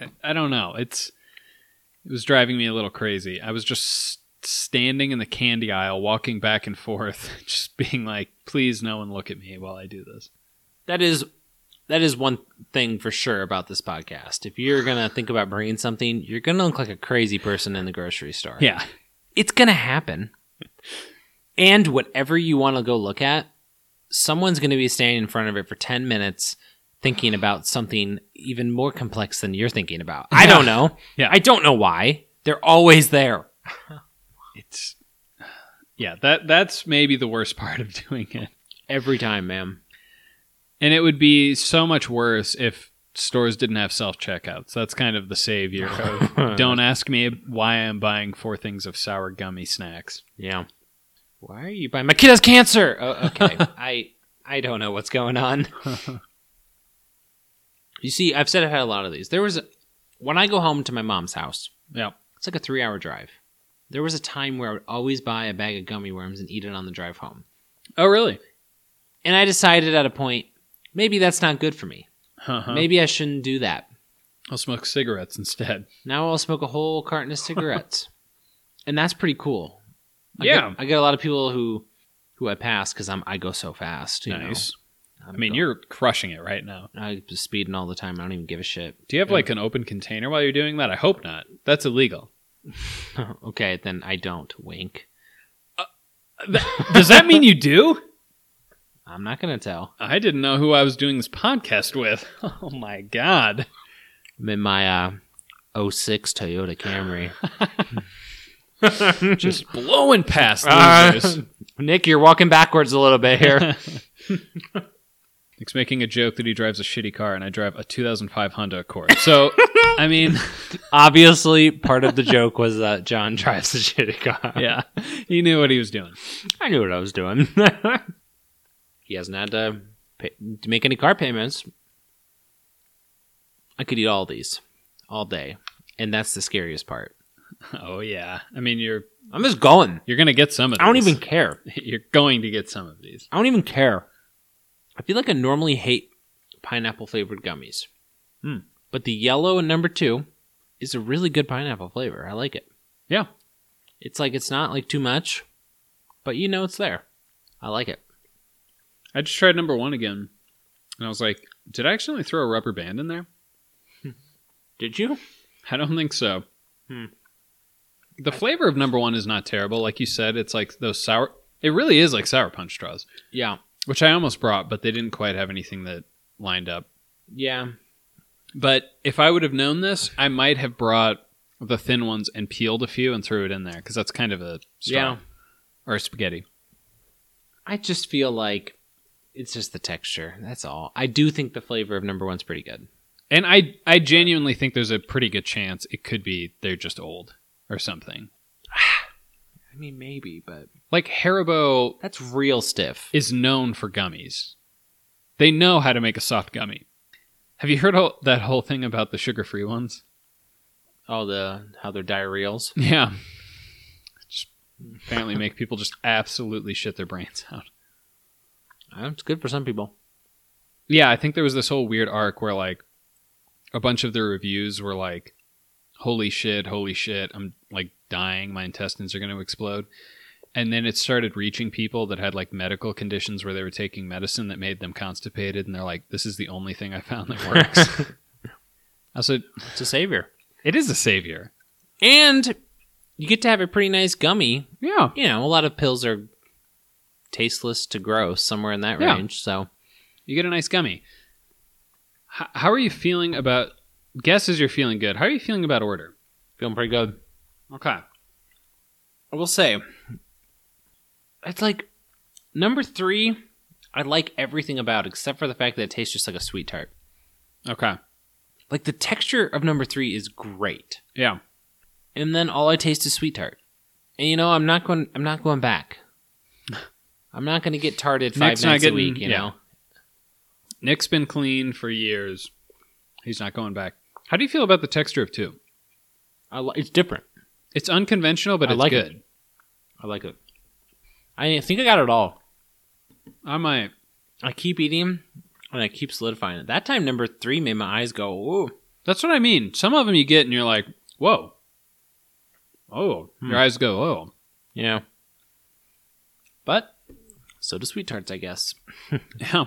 I- I don't know. It's it was driving me a little crazy. I was just s- standing in the candy aisle, walking back and forth, just being like, please, no one look at me while I do this.
that is that is one thing for sure about this podcast. If you're gonna think about bringing something, you're gonna look like a crazy person in the grocery store.
Yeah.
it's gonna happen. and whatever you want to go look at, someone's gonna be standing in front of it for ten minutes, thinking about something even more complex than you're thinking about. I don't know.
Yeah.
I don't know why. They're always there.
It's, yeah, that that's maybe the worst part of doing it.
every time, ma'am.
And it would be so much worse if stores didn't have self checkouts. That's kind of the savior. of, Don't ask me why I'm buying four things of sour gummy snacks.
Yeah. Why are you buying? My kid has cancer. Oh, okay. I I don't know what's going on. you see, I've said I've had a lot of these. There was a, when I go home to my mom's house.
Yeah.
It's like a three-hour drive. There was a time where I would always buy a bag of gummy worms and eat it on the drive home.
Oh, really?
And I decided at a point, maybe that's not good for me.
Uh-huh.
Maybe I shouldn't do that.
I'll smoke cigarettes instead.
Now I'll smoke a whole carton of cigarettes, and that's pretty cool. I
Yeah.
get, I get a lot of people who who I pass because I'm I go so fast. You
nice.
know?
I mean, you're crushing it right now.
I'm just speeding all the time. I don't even give a shit.
Do you have
Yeah.
like an open container while you're doing that? I hope not. That's illegal.
okay, then I don't wink.
Does that mean you do?
I'm not gonna tell.
I didn't know who I was doing this podcast with. Oh my god.
I'm in my uh, 06 Toyota Camry.
Just blowing past
Ah.
losers.
Nick, you're walking backwards a little bit here.
Nick's making a joke that he drives a shitty car and I drive a 2005 Honda Accord. So, I mean,
Obviously, part of the joke was that John drives a shitty car.
yeah, he knew what he was doing.
I knew what I was doing. he hasn't had to, pay, to make any car payments. I could eat all these all day, and that's the scariest part.
Oh yeah. I mean, you're
I'm just going.
you're going to get some of these.
I don't even care.
you're going to get some of these.
I don't even care. I feel like I normally hate pineapple flavored gummies.
Hmm.
But the yellow in number two is a really good pineapple flavor. I like it.
Yeah.
It's like it's not like too much, but you know it's there. I like it.
I just tried number 1 again. And I was like, did I accidentally throw a rubber band in there?
Did you?
I don't think so.
Hmm.
The flavor of number one is not terrible. Like you said, it's like those sour. It really is like sour punch straws,
Yeah.
which I almost brought, but they didn't quite have anything that lined up.
Yeah.
But if I would have known this, I might have brought the thin ones and peeled a few and threw it in there because that's kind of a straw
Yeah.
or a spaghetti.
I just feel like it's just the texture. That's all. I do think the flavor of number one's pretty good.
And I, I genuinely think there's a pretty good chance it could be they're just old or something.
I mean, maybe, but
Like Haribo
that's real stiff.
is known for gummies. They know how to make a soft gummy. Have you heard all, that whole thing about the sugar-free ones?
All the how they're diarrheals.
Yeah. Just apparently make people just absolutely shit their brains out.
Uh, It's good for some people.
Yeah, I think there was this whole weird arc where like a bunch of the reviews were like holy shit, holy shit, I'm like dying, my intestines are going to explode. And then it started reaching people that had like medical conditions where they were taking medicine that made them constipated and they're like this is the only thing I found that works. I said
It's a savior.
It is a savior.
And you get to have a pretty nice gummy.
Yeah.
You know, a lot of pills are tasteless to gross, somewhere in that
Yeah.
range. So
You get a nice gummy. H- how are you feeling about guess is you're feeling good. How are you feeling about order?
feeling pretty good.
Okay.
I will say, it's like number three. I like everything about it, except for the fact that it tastes just like a sweet tart.
Okay.
Like the texture of number three is great,
Yeah.
and then all I taste is sweet tart. And you know, I'm not going. I'm not going back. I'm not going to get tarted five
Nick's not
nights
getting-
a week. You
yeah.
know,
Nick's been clean for years. He's not going back. How do you feel about the texture of two?
I li- it's different.
It's unconventional, but
I
it's
like it.
good.
I like it. I think I got it all.
I might.
I keep eating, and I keep solidifying it. That time, number three made my eyes go. Ooh,
That's what I mean. Some of them you get and you're like, whoa. Oh.
Hmm.
Your eyes go, oh.
you know. But so do sweet tarts, I guess.
Yeah.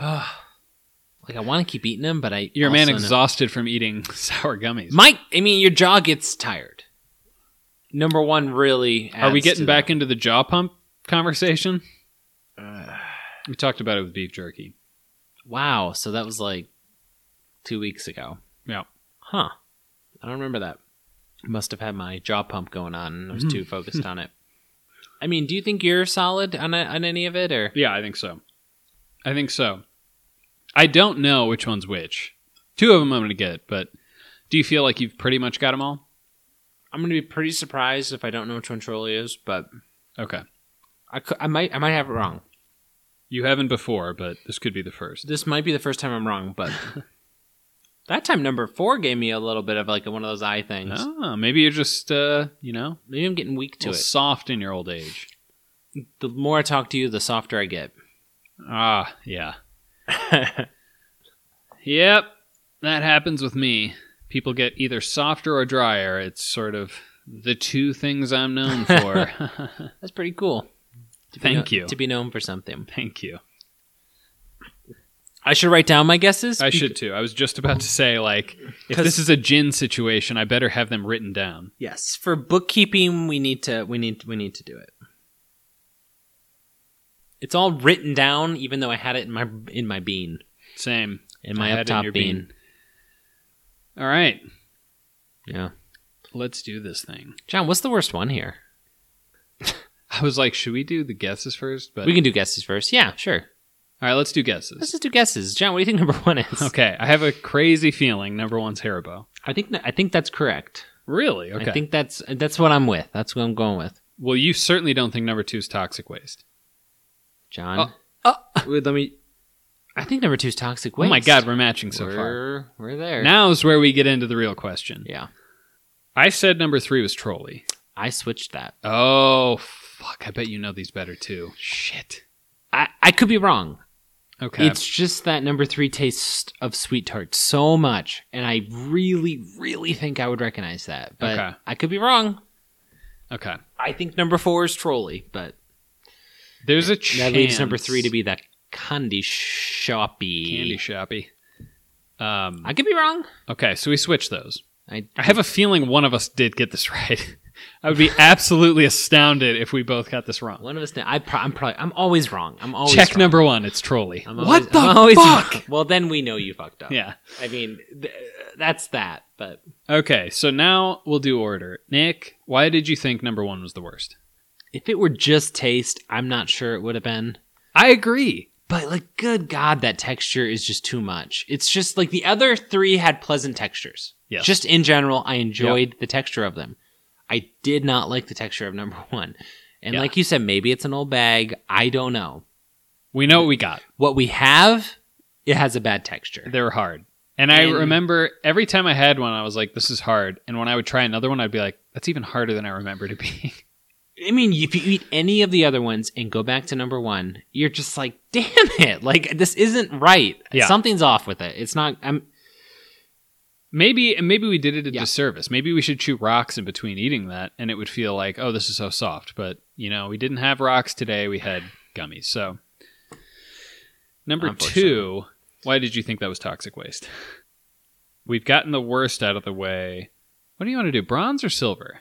Like I want to keep eating them, but I
You're a man
also know-
exhausted from eating sour gummies.
Mike, I mean, your jaw gets tired. Number one, really.
Are
adds
we
to
getting
that.
back into the jaw pump conversation?
Uh,
We talked about it with beef jerky.
wow, so that was like two weeks ago.
Yeah.
Huh.
Hmm.
I don't remember that. Must have had my jaw pump going on and I was too focused on it. I mean, do you think you're solid on a, on any of it, or
Yeah, I think so. I think so. I don't know which one's which. Two of them I'm going to get, but do you feel like you've pretty much got them all?
I'm gonna be pretty surprised if I don't know which one Trolley is, but
Okay.
I, cou- I might I might have it wrong.
You haven't before, but this could be the first.
This might be the first time I'm wrong, but that time number four gave me a little bit of like one of those eye things.
Ah, maybe you're just, uh, you know,
Maybe I'm getting weak
a
to
little
it.
soft in your old age.
The more I talk to you, the softer I get.
Ah, yeah. Yep. That happens with me. People get either softer or drier. It's sort of the two things I'm known for.
That's pretty cool. To be
Thank
kno-
you.
to be known for something.
Thank you.
I should write down my guesses.
I
bec-
should too. I was just about to say, like, if
'Cause-
this is a gin situation, I better have them written down.
Yes, for bookkeeping, we need to we need we need to do it. It's all written down, even though I had it in my in my bean
Same.
in
I
my
had
up
it in
top
your
bean.
bean. All right,
Yeah,
let's do this thing.
John, what's the worst one here?
I was like, should we do the guesses first? But
we can do guesses first. Yeah, sure.
all right, let's do
Let's
guesses.
just do guesses. John, what do you think number one is?
Okay, I have a crazy feeling. Number one's Haribo.
I think I think that's correct.
Really? Okay.
I think that's that's what I'm with. That's what I'm going with,
well, you certainly don't think number two's toxic waste.
John.
Oh,
wait, let me. I think number two is toxic
oh
waste.
my God, we're matching so far.
we're we're there
Now's where we get into the real question.
Yeah,
I said number three was trolley.
I switched that.
Oh fuck! I bet you know these better too. Shit.
I I could be wrong.
Okay.
It's just that number three tastes of sweet tart so much, and I really, really think I would recognize that. But
Okay.
I could be wrong.
okay.
I think number four is trolley, but
There's a chance.
that leaves number three to E. be that candy shoppy.
Candy Shoppy. Um,
I could be wrong.
okay, so we switched those.
I
I have a feeling one of us did get this right. I would be absolutely astounded if we both got this wrong.
one of us. I pro- I'm probably. I'm always wrong. I'm always
Check
wrong.
number one. It's trolley.
I'm always-
what the
I'm always
fuck?
wrong. Well, then we know you fucked up.
Yeah.
I mean, th- that's that. But
Okay, so now we'll do order. Nick, why did you think number one was the worst?
if it were just taste, I'm not sure it would have been.
I agree.
But like, good God, that texture is just too much. It's just like the other three had pleasant textures.
Yes.
Just in general, I enjoyed the texture of them. I did not like the texture of number one. And
Yeah.
like you said, maybe it's an old bag. I don't know.
We know what we got.
What we have, it has a bad texture.
They were hard. And I
And-
remember every time I had one, I was like, this is hard. And when I would try another one, I'd be like, that's even harder than I remembered it being.
I mean, if you eat any of the other ones and go back to number one, you're just like, damn it! Like this isn't right.
Yeah.
Something's off with it. It's not. I'm.
Maybe and maybe we did it a
Yeah.
disservice. Maybe we should chew rocks in between eating that, and it would feel like, oh, this is so soft. But you know, we didn't have rocks today. We had gummies. So number
Unfortunately.
two, why did you think that was toxic waste? We've gotten the worst out of the way. What do you want to do, bronze or silver?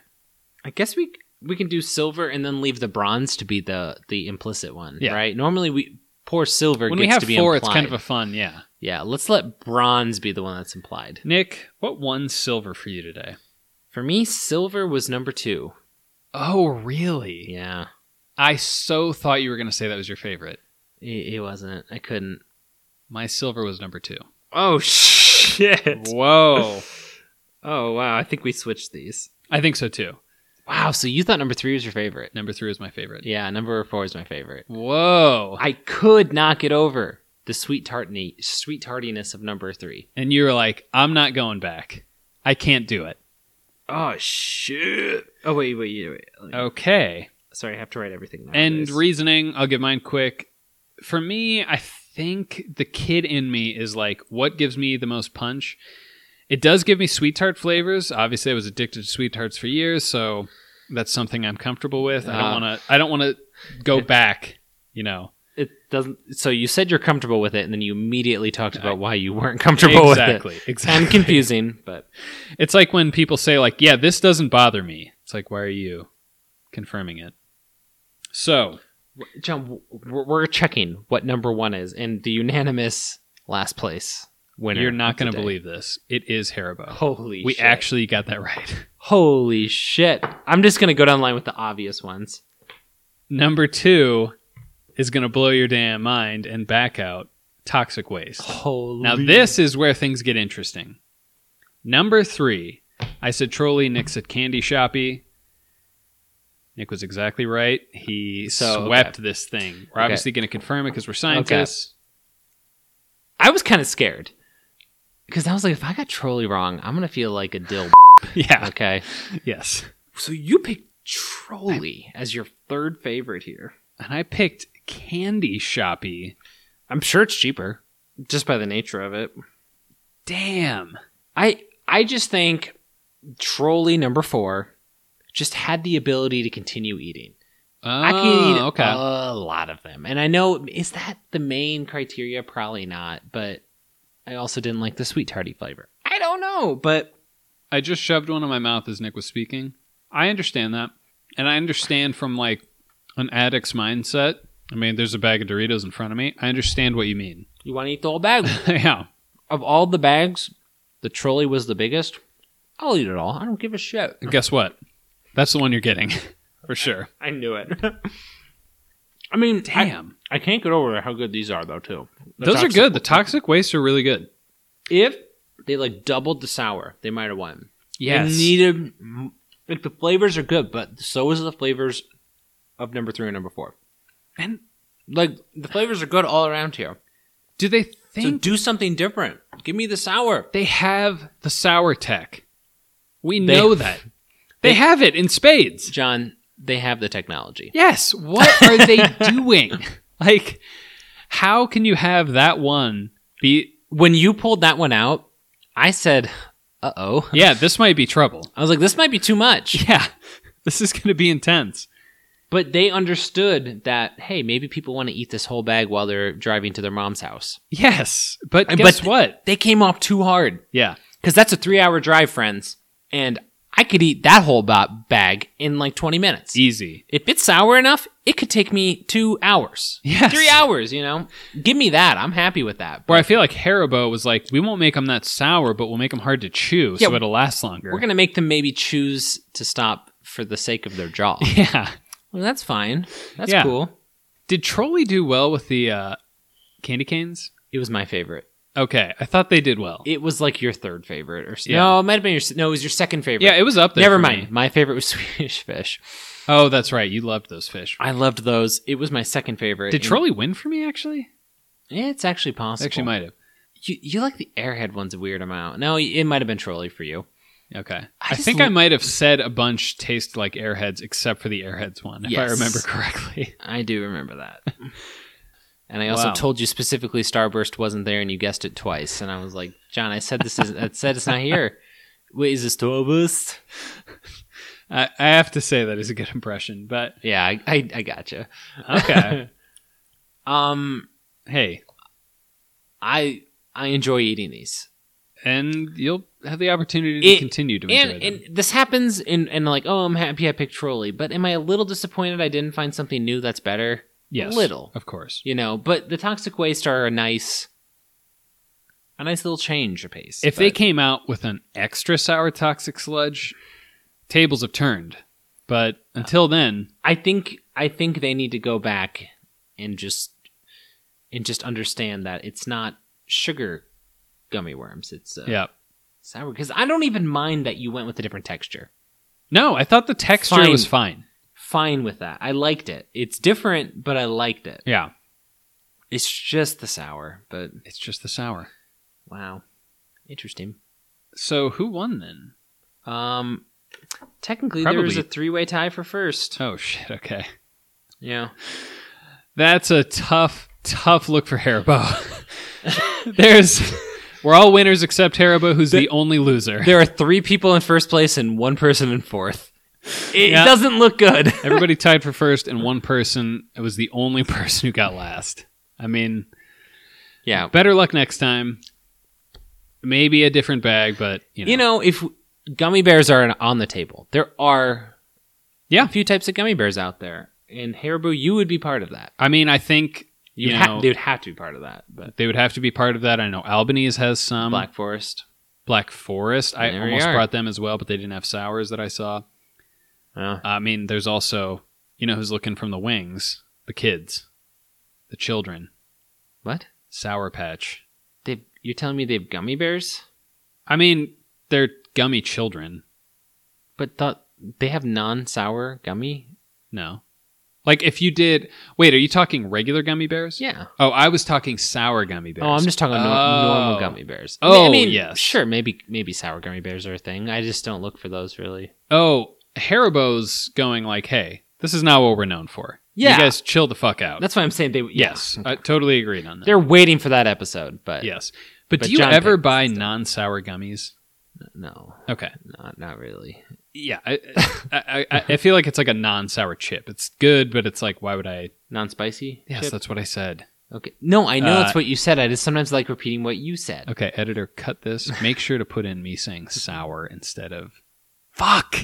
I guess we we can do silver and then leave the bronze to be the the implicit one,
Yeah.
right? Normally we poor silver
when
gets
we have
to be
four,
implied.
it's kind of a fun, yeah.
yeah. Let's let bronze be the one that's implied.
Nick, what won silver for you today?
For me, silver was number two.
Oh, really?
Yeah,
I so thought you were going to say that was your favorite.
it, it wasn't. I couldn't.
My silver was number two.
Oh shit!
Whoa.
Oh wow! I think we switched these.
I think so too.
Wow. So you thought number three was your favorite?
Number three is my favorite.
Yeah, number four is my favorite.
Whoa.
I could not get over the sweet tartney, sweet tardiness of number three.
And you were like, I'm not going back. I can't do it.
Oh shit! Oh wait, wait, wait. wait.
Okay.
Sorry, I have to write everything. Now
And reasoning, I'll give mine quick. For me, I think the kid in me is like, what gives me the most punch? It does give me sweet tart flavors. Obviously, I was addicted to sweet tarts for years, so that's something I'm comfortable with. I
Ah.
don't want to. I don't want to go back. You know,
it doesn't. So you said you're comfortable with it, and then you immediately talked about why you weren't comfortable with it.
exactly. Exactly.
Kind of confusing, but
It's like when people say, like, yeah, this doesn't bother me. It's like, why are you confirming it? So,
John, w- we're, we're checking what number one is, and the unanimous last place winner.
you're not going to
today.
believe this. It is Haribo.
Holy
we
shit.
actually got that right.
Holy shit! I'm just gonna go down the line with the obvious ones.
Number two is going to blow your damn mind and back out toxic waste.
Holy.
Now, this is where things get interesting. Number three, I said Trolley, Nick said Candy Shoppy. Nick was exactly right. He
So,
swept this thing. We're
Okay.
obviously going to confirm it because we're scientists.
I was kind of scared because I was like, if I got trolley wrong, I'm gonna feel like a dill.
Yeah.
okay.
Yes.
So you picked trolley as your third favorite here.
And I picked Candy Shoppy.
I'm sure it's cheaper, just by the nature of it.
Damn.
I I just think trolley number four just had the ability to continue eating.
Oh,
I can eat
okay.
a lot of them, and I know is that the main criteria? Probably not, but I also didn't like the sweet tardy flavor. I don't know, but
I just shoved one in my mouth as Nick was speaking. I understand that. And I understand from like an addict's mindset. I mean, there's a bag of Doritos in front of me. I understand what you mean.
you want to eat the whole bag.
yeah.
of all the bags, the trolley was the biggest. I'll eat it all. I don't give a shit.
Guess what? That's the one you're getting for sure.
I knew it. I mean, I,
Damn.
I can't get over how good these are, though. Too. The
Those are
toxic-
good. The toxic wastes are really good.
If they like doubled the sour, they might have won.
Yes.
They needed like the flavors are good, but so is the flavors of number three and number four.
and
Like the flavors are good all around here.
do they
so
think
do something different. Give me the sour.
they have the sour tech? We
They-
know that.
they-
they have it in spades.
John, they have the technology.
Yes. What are they doing? Like, how can you have that one be?
When you pulled that one out, I said, "Uh oh."
Yeah, this might be trouble.
I was like, this might be too much.
Yeah, this is going to be intense.
But they understood that, hey, maybe people want to eat this whole bag while they're driving to their mom's house.
Yes, but
But-
guess what?
They came off too hard
Yeah,
because that's a three hour drive, friends. And I could eat that whole ba- bag in like 20 minutes.
easy.
If it's sour enough, it could take me two hours.
Yes.
Three hours, you know? Give me that. I'm happy with that.
Where I feel like Haribo was like, we won't make them that sour, but we'll make them hard to chew, so
Yeah,
it'll last longer.
We're going to make them maybe choose to stop for the sake of their jaw.
yeah.
well, that's fine. That's
Yeah.
cool.
Did Trolley do well with the uh, candy canes?
It was my favorite.
Okay, I thought they did well.
It was like your third favorite, or
Yeah.
no, it might have been your s- no, it was your second favorite.
yeah, it was up there.
never
for
mind.
me.
My favorite was Swedish Fish.
Oh, that's right. You loved those fish.
I loved those. It was my second favorite.
Did
And-
Trolley win for me? Actually,
Yeah, It's actually possible.
actually might have.
You, you like the Airhead ones a weird amount. No, it might have been trolley for you.
Okay. I,
just
think
l-
I might have said a bunch taste like airheads except for the airheads one, if I
Yes.
remember correctly.
I do remember that. and I also
Wow.
told you specifically Starburst wasn't there, and you guessed it twice. And I was like, John, I said this is. I said it's not here. Wait, is this Starburst?
I, I have to say that is a good impression, but
Yeah, I, I, I gotcha.
okay.
Um,
hey,
I I enjoy eating these.
and you'll have the opportunity to
It-
continue to enjoy
and,
them.
and this happens in and like oh i'm happy i picked trolley but am i a little disappointed i didn't find something new that's better
yes,
little.
of course.
you know but the toxic waste are a nice a nice little change of pace
If they
but-
came out with an extra sour toxic sludge, tables have turned. But until then,
i think i think they need to go back and just and just understand that it's not sugar gummy worms it's uh,
yeah.
sour because i don't even mind that you went with a different texture
No, I thought the texture
Fine.
was fine.
fine with that i liked it it's different but i liked it
Yeah,
it's just the sour but
it's just the sour.
Wow. Interesting.
So who won then?
Um technically there
Probably-
was a three-way tie for first.
Oh shit, okay.
Yeah.
That's a tough, tough look for Haribo. There's, we're all winners except Haribo, who's the, only loser.
There are 3 people in first place and one person in fourth. It
Yeah.
doesn't look good.
Everybody tied for first, and one person was the only person who got last. I mean,
yeah.
better luck next time. Maybe a different bag, but you know,
You know, if gummy bears are on the table, there are
Yeah.
a few types of gummy bears out there. And Haribo, you would be part of that.
I mean, I think
You,
You
ha-
know-
they would have to be part of that. But
they would have to be part of that. I know Albanese has some
Black Forest,
Black Forest. I
There we
almost
are.
brought them as well, but they didn't have sours that I saw.
uh,
I mean, there's also You know who's looking from the wings? The kids, the children.
What?
Sour Patch.
They? You're telling me they have gummy bears?
I mean, they're gummy children.
But thought they have non-sour gummy?
No. Like if you did. Wait, are you talking regular gummy bears?
Yeah.
Oh, I was talking sour gummy bears.
Oh, I'm just talking about nor- normal
Oh.
gummy bears.
Oh,
I mean,
yes.
sure, maybe maybe sour gummy bears are a thing. I just don't look for those really.
Oh, Haribo's going like, hey, this is not what we're known for.
Yeah.
You guys chill the fuck out.
That's why I'm saying they. yeah.
yes. I totally agreed on that.
they're waiting for that episode, but
yes. But,
But
do you
John
ever
Pickens
buy
is dead.
non sour gummies?
no,
Okay.
not not really.
Yeah. I, I, I, I feel like it's like a non sour chip. It's good, but it's like, why would I?
Non-spicy.
Yes,
chip?
that's what I said.
Okay. No, I know
Uh,
that's what you said. I just sometimes like repeating what you said.
Okay, editor, cut this. Make sure to put in me saying sour instead of. Fuck! Uh,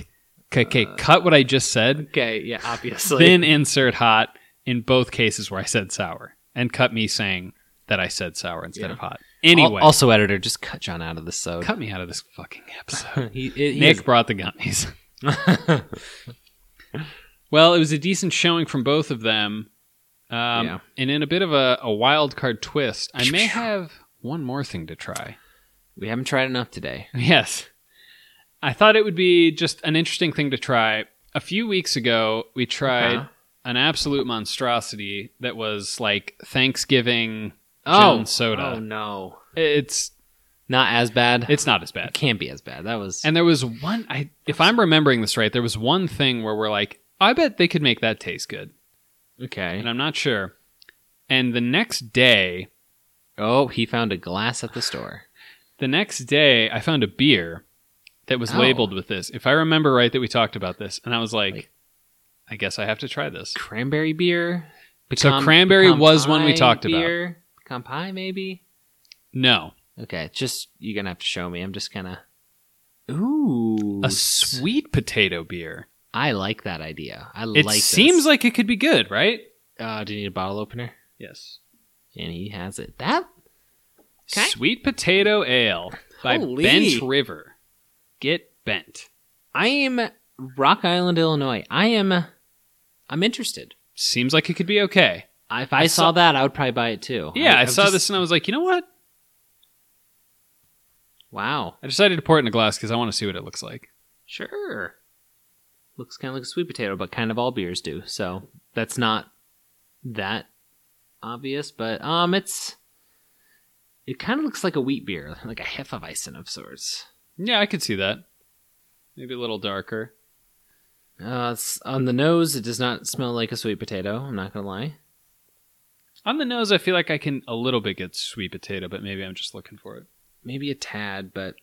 Okay, okay, cut what I just said,
Okay. Yeah. Obviously.
then insert hot in both cases where I said sour, and cut me saying that I said sour instead
Yeah.
of hot. Anyway,
Al- also, editor, just cut John out of this. So
cut me out of this fucking episode.
he, he- he
Nick
is-
brought the gummies. Well, it was a decent showing from both of them. Um,
Yeah.
And in a bit of a, a wild card twist, I may have one more thing to try.
we haven't tried enough today.
Yes. I thought it would be just an interesting thing to try. A few weeks ago, we tried
Uh-huh.
an absolute monstrosity that was like Thanksgiving gin soda.
Oh no.
It's
Not as bad.
it's not as
It
bad.
can't be as bad. That was.
And there was one I if I'm remembering this right, there was one thing where we're like, I bet they could make that taste good.
okay.
And I'm not sure. And the next day,
Oh, he found a glass at the store.
the next day I found a beer that was
Oh.
labeled with this. If I remember right that we talked about this and I was like,
Like-
I guess I have to try this.
Cranberry beer.
So cranberry was one we talked about.
about. Pecan pie, maybe.
No.
Okay, just you're gonna have to show me. I'm just gonna. Ooh,
A sweet potato beer.
I like that idea. I like.
It
this.
seems like it could be good, right?
Uh, do you need a bottle opener?
Yes.
And he has it. That Okay.
Sweet potato ale by
Holy.
Bent River. Get bent.
I am Rock Island, Illinois. I am. I'm interested.
Seems like it could be okay.
If I, saw,
saw-
that, I would probably buy it too.
Yeah, I,
I've
saw
just-
this and I was like, you know what?
Wow.
I decided to pour it in a glass because I want to see what it looks like.
Sure. Looks kind of like a sweet potato, but kind of all beers do. So that's not that obvious, but um, it's it kind of looks like a wheat beer, like a Hefeweizen of sorts.
Yeah, I could see that. Maybe a little darker.
Uh, it's, on the nose, it does not smell like a sweet potato. I'm not gonna lie.
On the nose, I feel like I can a little bit get sweet potato, but maybe I'm just looking for it.
Maybe a tad, but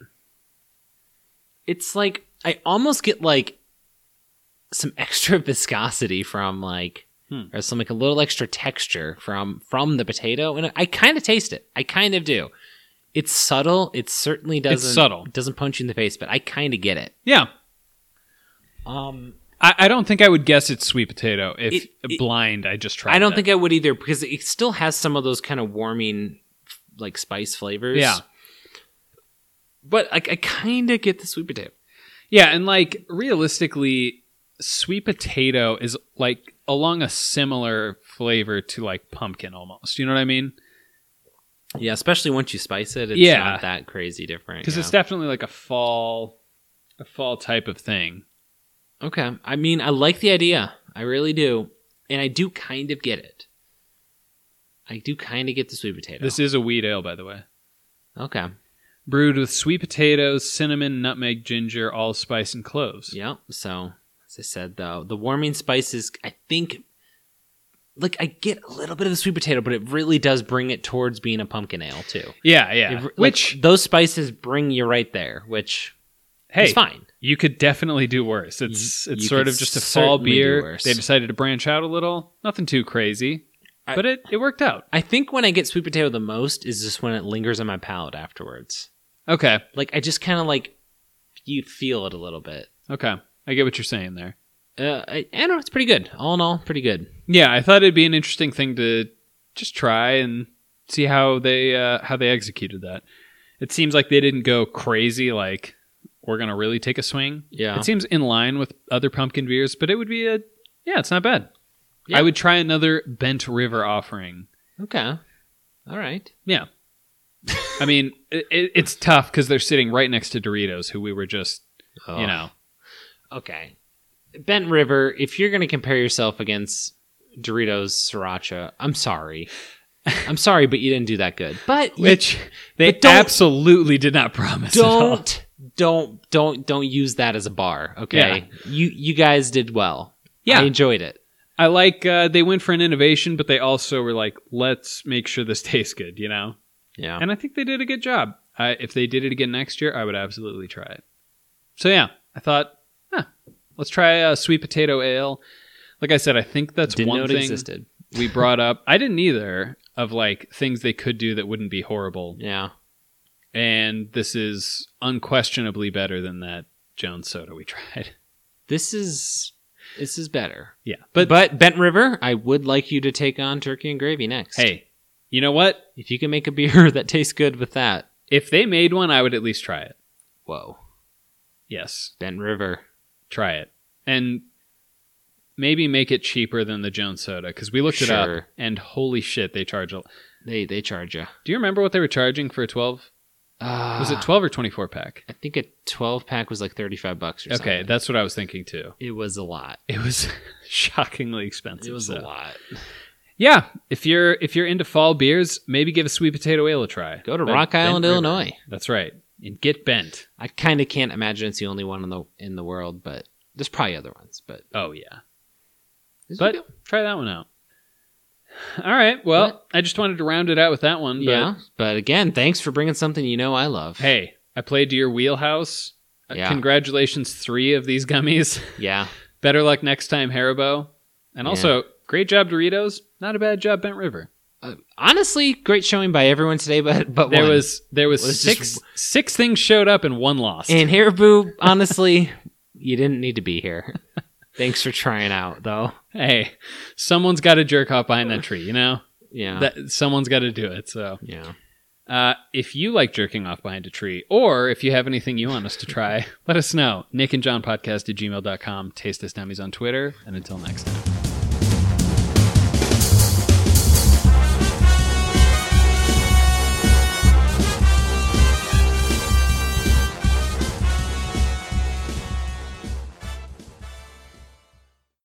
it's like I almost get like some extra viscosity from like
Hmm.
or some like a little extra texture from from the potato and I kind of taste it. I kind of do. It's subtle. It certainly doesn't
subtle.
doesn't punch you in the face, but I kind of get it.
Yeah,
Um
I, I don't think I would guess it's sweet potato if
It- it-
blind. I just tried.
I don't
that.
think I would either because it still has some of those kind of warming like spice flavors.
Yeah.
But I, I kind of get the sweet potato.
Yeah, and like realistically, sweet potato is like along a similar flavor to like pumpkin almost. You know what I mean?
Yeah, especially once you spice it, it's
Yeah.
not that crazy different.
Because
yeah.
it's definitely like a fall, a fall type of thing.
okay. I mean, I like the idea. I really do, and I do kind of get it. I do kind of get the sweet potato.
This is a wheat ale, by the way.
okay.
Brewed with sweet potatoes, cinnamon, nutmeg, ginger, allspice, and cloves.
Yep. So, as I said, though, the warming spices, I think, like I get a little bit of the sweet potato, but it really does bring it towards being a pumpkin ale too.
Yeah, yeah.
It- like,
Which,
those spices bring you right there, which
hey,
is fine.
you could definitely do worse. It's
You-
it's
you
sort
could
of just a fall
certainly do
beer.
worse.
They decided to branch out a little. Nothing too crazy,
I-
but it, it worked out.
I think when I get sweet potato the most is just when it lingers on my palate afterwards.
Okay,
like I just kind of like you feel it a little bit.
okay. I get what you're saying there.
Uh, I, I don't know. It's pretty good. All in all, pretty good.
Yeah, I thought it'd be an interesting thing to just try and see how they uh, how they executed that. It seems like they didn't go crazy like we're gonna really take a swing.
Yeah.
It seems in line with other pumpkin beers, but it would be a Yeah, it's not bad.
Yeah.
I would try another Bent River offering.
Okay. All right.
Yeah. I mean, it, it, it's tough because they're sitting right next to Doritos, who we were just, you know.
Okay. Bent River, if you're going to compare yourself against Doritos Sriracha, I'm sorry. I'm sorry, but you didn't do that good. But you
Which they
but don't-
absolutely did not promise. at all.
don't don't don't don't use that as a bar, okay? You you guys did well.
Yeah.
I enjoyed it.
I like uh, they went for an innovation, but they also were like, let's make sure this tastes good, you know?
Yeah.
And I think they did a good job. I, if they did it again next year, I would absolutely try it. So yeah, I thought, huh, let's try a sweet potato ale. Like I said, I think that's
Didn't
one
know it
thing
existed.
we brought up. I didn't either of like things they could do that wouldn't be horrible.
Yeah.
And this is unquestionably better than that Jones soda we tried.
This is this is better.
Yeah.
But
But,
but Bent River, I would like you to take on turkey and gravy next.
hey, you know what?
if you can make a beer that tastes good with that,
If they made one, I would at least try it.
whoa,
Yes.
Bent River.
try it and maybe make it cheaper than the Jones soda because we looked it up
Sure.
and holy shit they charge a
They they charge you.
do you remember what they were charging for a 12
Uh,
was it 12 or 24 pack
I think a 12 pack was like 35 bucks or something.
okay that's what i was thinking too
It was a lot.
it was shockingly expensive
It was
so-
a lot.
yeah if you're if you're into fall beers maybe give a sweet potato ale a try
Go to
Bent-
Rock
Bent
Island,
River.
Illinois.
that's right and get bent
I kind of can't imagine it's the only one in the in the world, but there's probably other ones, but
oh yeah
this
but
would be-
try that one out all right well i just wanted to round it out with that one but
yeah, but again, thanks for bringing something you know I love.
hey, I played to your wheelhouse. Uh,
Yeah.
Congratulations, three of these gummies.
Yeah.
Better luck next time, Haribo. And
Yeah.
also, great job, Doritos. Not a bad job, Bent River.
Uh, honestly, great showing by everyone today, but but
There
one.
was there was
Was
six
just-
six things showed up and one lost.
And Haribo, honestly, you didn't need to be here. Thanks for trying out, though.
hey, someone's got to jerk off behind that tree. You know
Yeah.
that someone's got to do it. So,
yeah.
uh, if you like jerking off behind a tree, or if you have anything you want us to try, let us know. Nick and John podcast at gmail.com. Taste this dummies on Twitter. And until next time.